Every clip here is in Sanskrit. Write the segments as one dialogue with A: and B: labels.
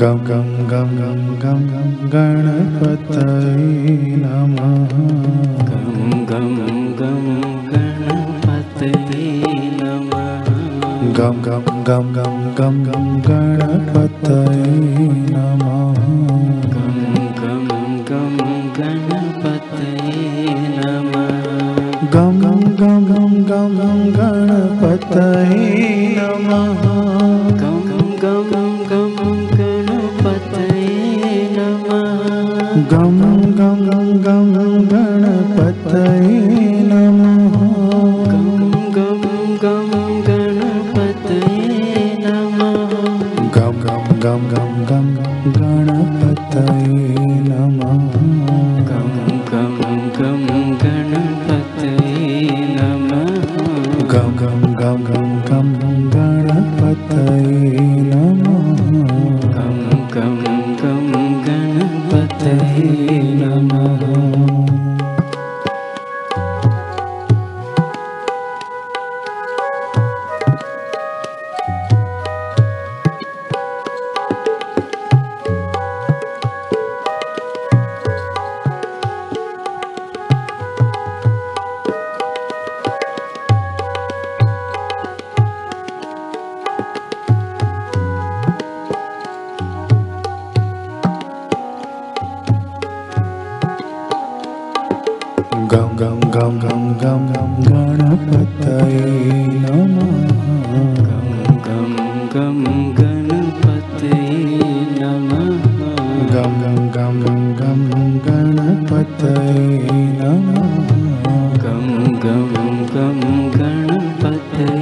A: गं गं गं गं गं गं गणपतये नमः
B: गं गं गं गणपतये नमः
A: गं गं गं गं गं गं गणपतये नमः
B: गं गं गं गणपतये नमः
A: गं गं गं गं गं गं गणपतये नमः
B: गं गं गं गणपतये नमः
A: गं गं गं गं गं गणपतये नमः
B: गं गं गं गणपतये नमः
A: गं गं गं गं गं गणपतये नमः गं गं गं
B: गं गं गं गणपतये नमः
A: गं गं गणपतये नमः
B: गं गं गं गणपतये नमः
A: गं गं गं गं गं गं गणपतये नमः
B: गं गं गणपतये नमः
A: गं गं गं गं गं गणपतये नमः
B: गं गं गं गणपतये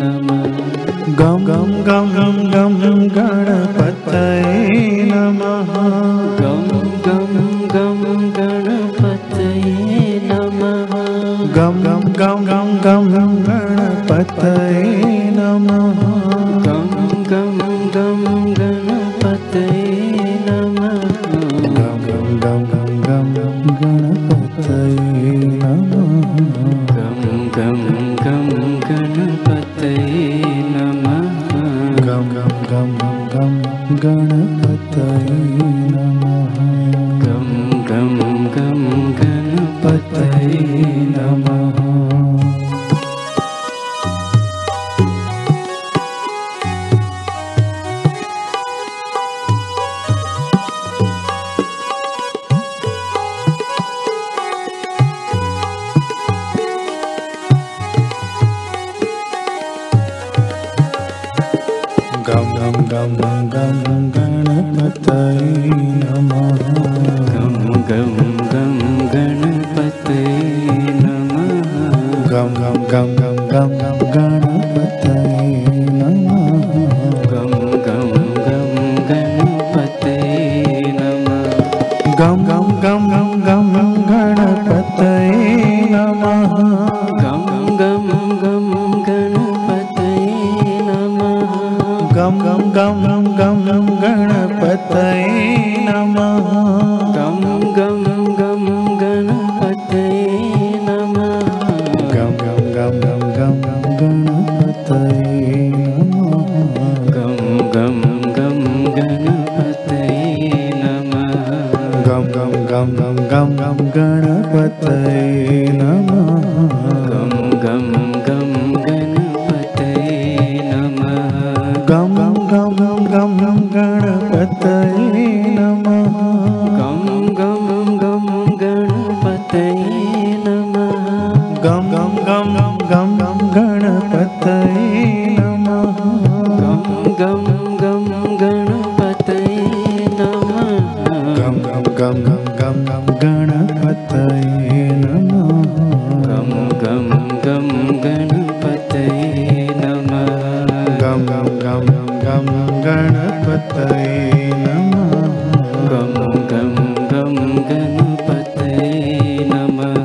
B: नमः
A: गं गं गं गं गं गणपतये नमः
B: गं गं गं गणपतये नमः
A: गं गं गं गं गं गं गणपतये नमः
B: गं गं गं गणपतये नमः
A: गं गं गं गं गं गं गणपतये नमः
B: गं गं गं गणपतये नमः
A: गं गं गं गं गं गणपतये नमः
B: गं गं गं गणपतये नमः
A: गं गं गं गं गं गं गणपतये नमः
B: गं गं गं गणपतये नमः
A: गं गं गं गं गं गं गणपतये नमः
B: गं गं गं गणपतये नमः
A: गं गं गं गं गं गं गणपतये नमः
B: गं गं गं गणपतये नमः
A: गं गं गं गं गं गं गणपतये नमः
B: गं गं गं गणपतये नमः
A: गं गं गं गं गं गं गणपतये नमः
B: गं गं गं गणपतये नमः
A: गं गं गं गं गं गं गणपतये नमः
B: गं गं गं गणपतये नमः
A: गं गं गं गं गं गं गणपतये नमः
B: गं गं गं गणपतये नमः
A: गं गं गं गं गं गं गणपतये नमः
B: गं गं
A: गं गं गं गं गं गं गणपतये नमः गं गं
B: गं गणपतये नमः गं गं गं गणपतये नमः
A: गं गं गं गणपतये नमः
B: गं गं गं गणपतये नमः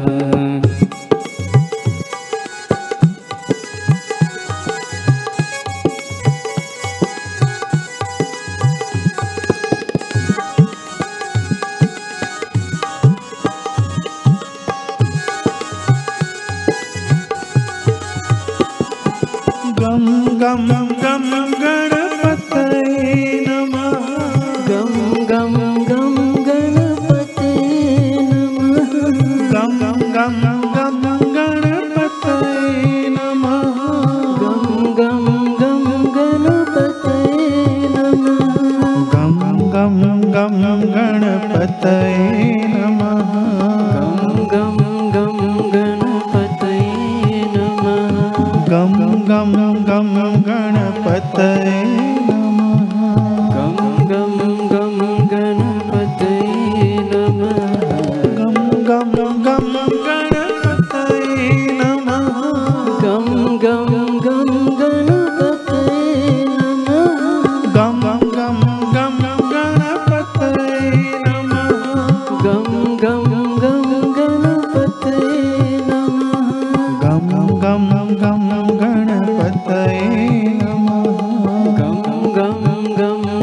A: गं गं गं गं गणपतये नमः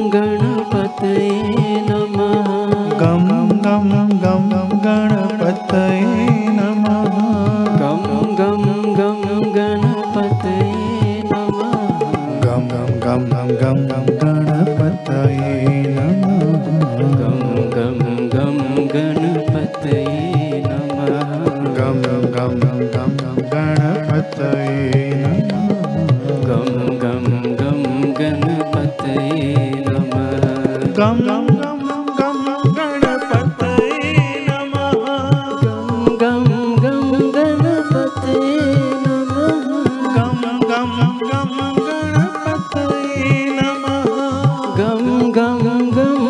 B: गणपतये नमः
A: गं गं गं गणपतये नमः
B: गं गं गं गणपतये नमः
A: गं गं गं गं गं गं गणपतये नमः
B: गं गं गं गणपतये नमः
A: गं गं गं गं गं गं गणपतये नमः
B: गं गं गं गणपतये नमः
A: गं गं गं गं गं गणपतये नमः
B: गं गं गणपते नमः
A: गं गं गं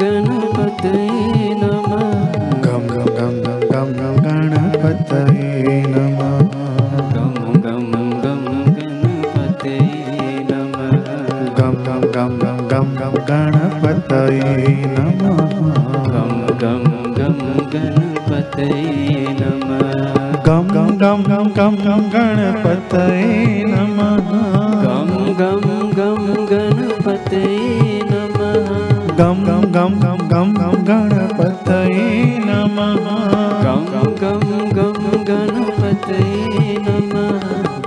A: गणपतये नमः
B: गं गं गं गणपते नमः
A: गं गं गं गणपतये नमः
B: गं गं गं गणपते नमः
A: गं गं गं गणपतये नमः
B: गं गं गं गणपते नमः
A: गं गं गं गणपतये नमः
B: गं गं
A: गं गं गं गं गं गणपतये नमः गं गं गं गं गं गं गणपतये नमः गं गं
B: गं गणपते नमः गं गं गं गणपते नमः गं गं गं गणपतये नमः
A: गं गं गं गं गणपतये नमः गं गं गं गं गं गं
B: गं गं गं गणपतये नमः
A: गणपतये नमः
B: गं गं गं गणपतये नमः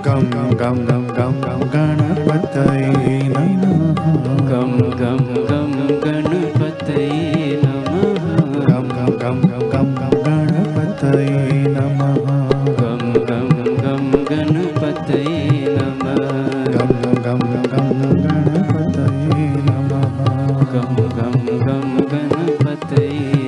A: गं गं गं गं गं गं गणपतये नमः
B: गं गं गं गणपतये नमः
A: गं गं गं गं गं गं गणपतये नमः
B: गं गं गं गणपतये नमः
A: गं गं गं गं गं गं गणपतये नमः
B: गं गं गं गणपतये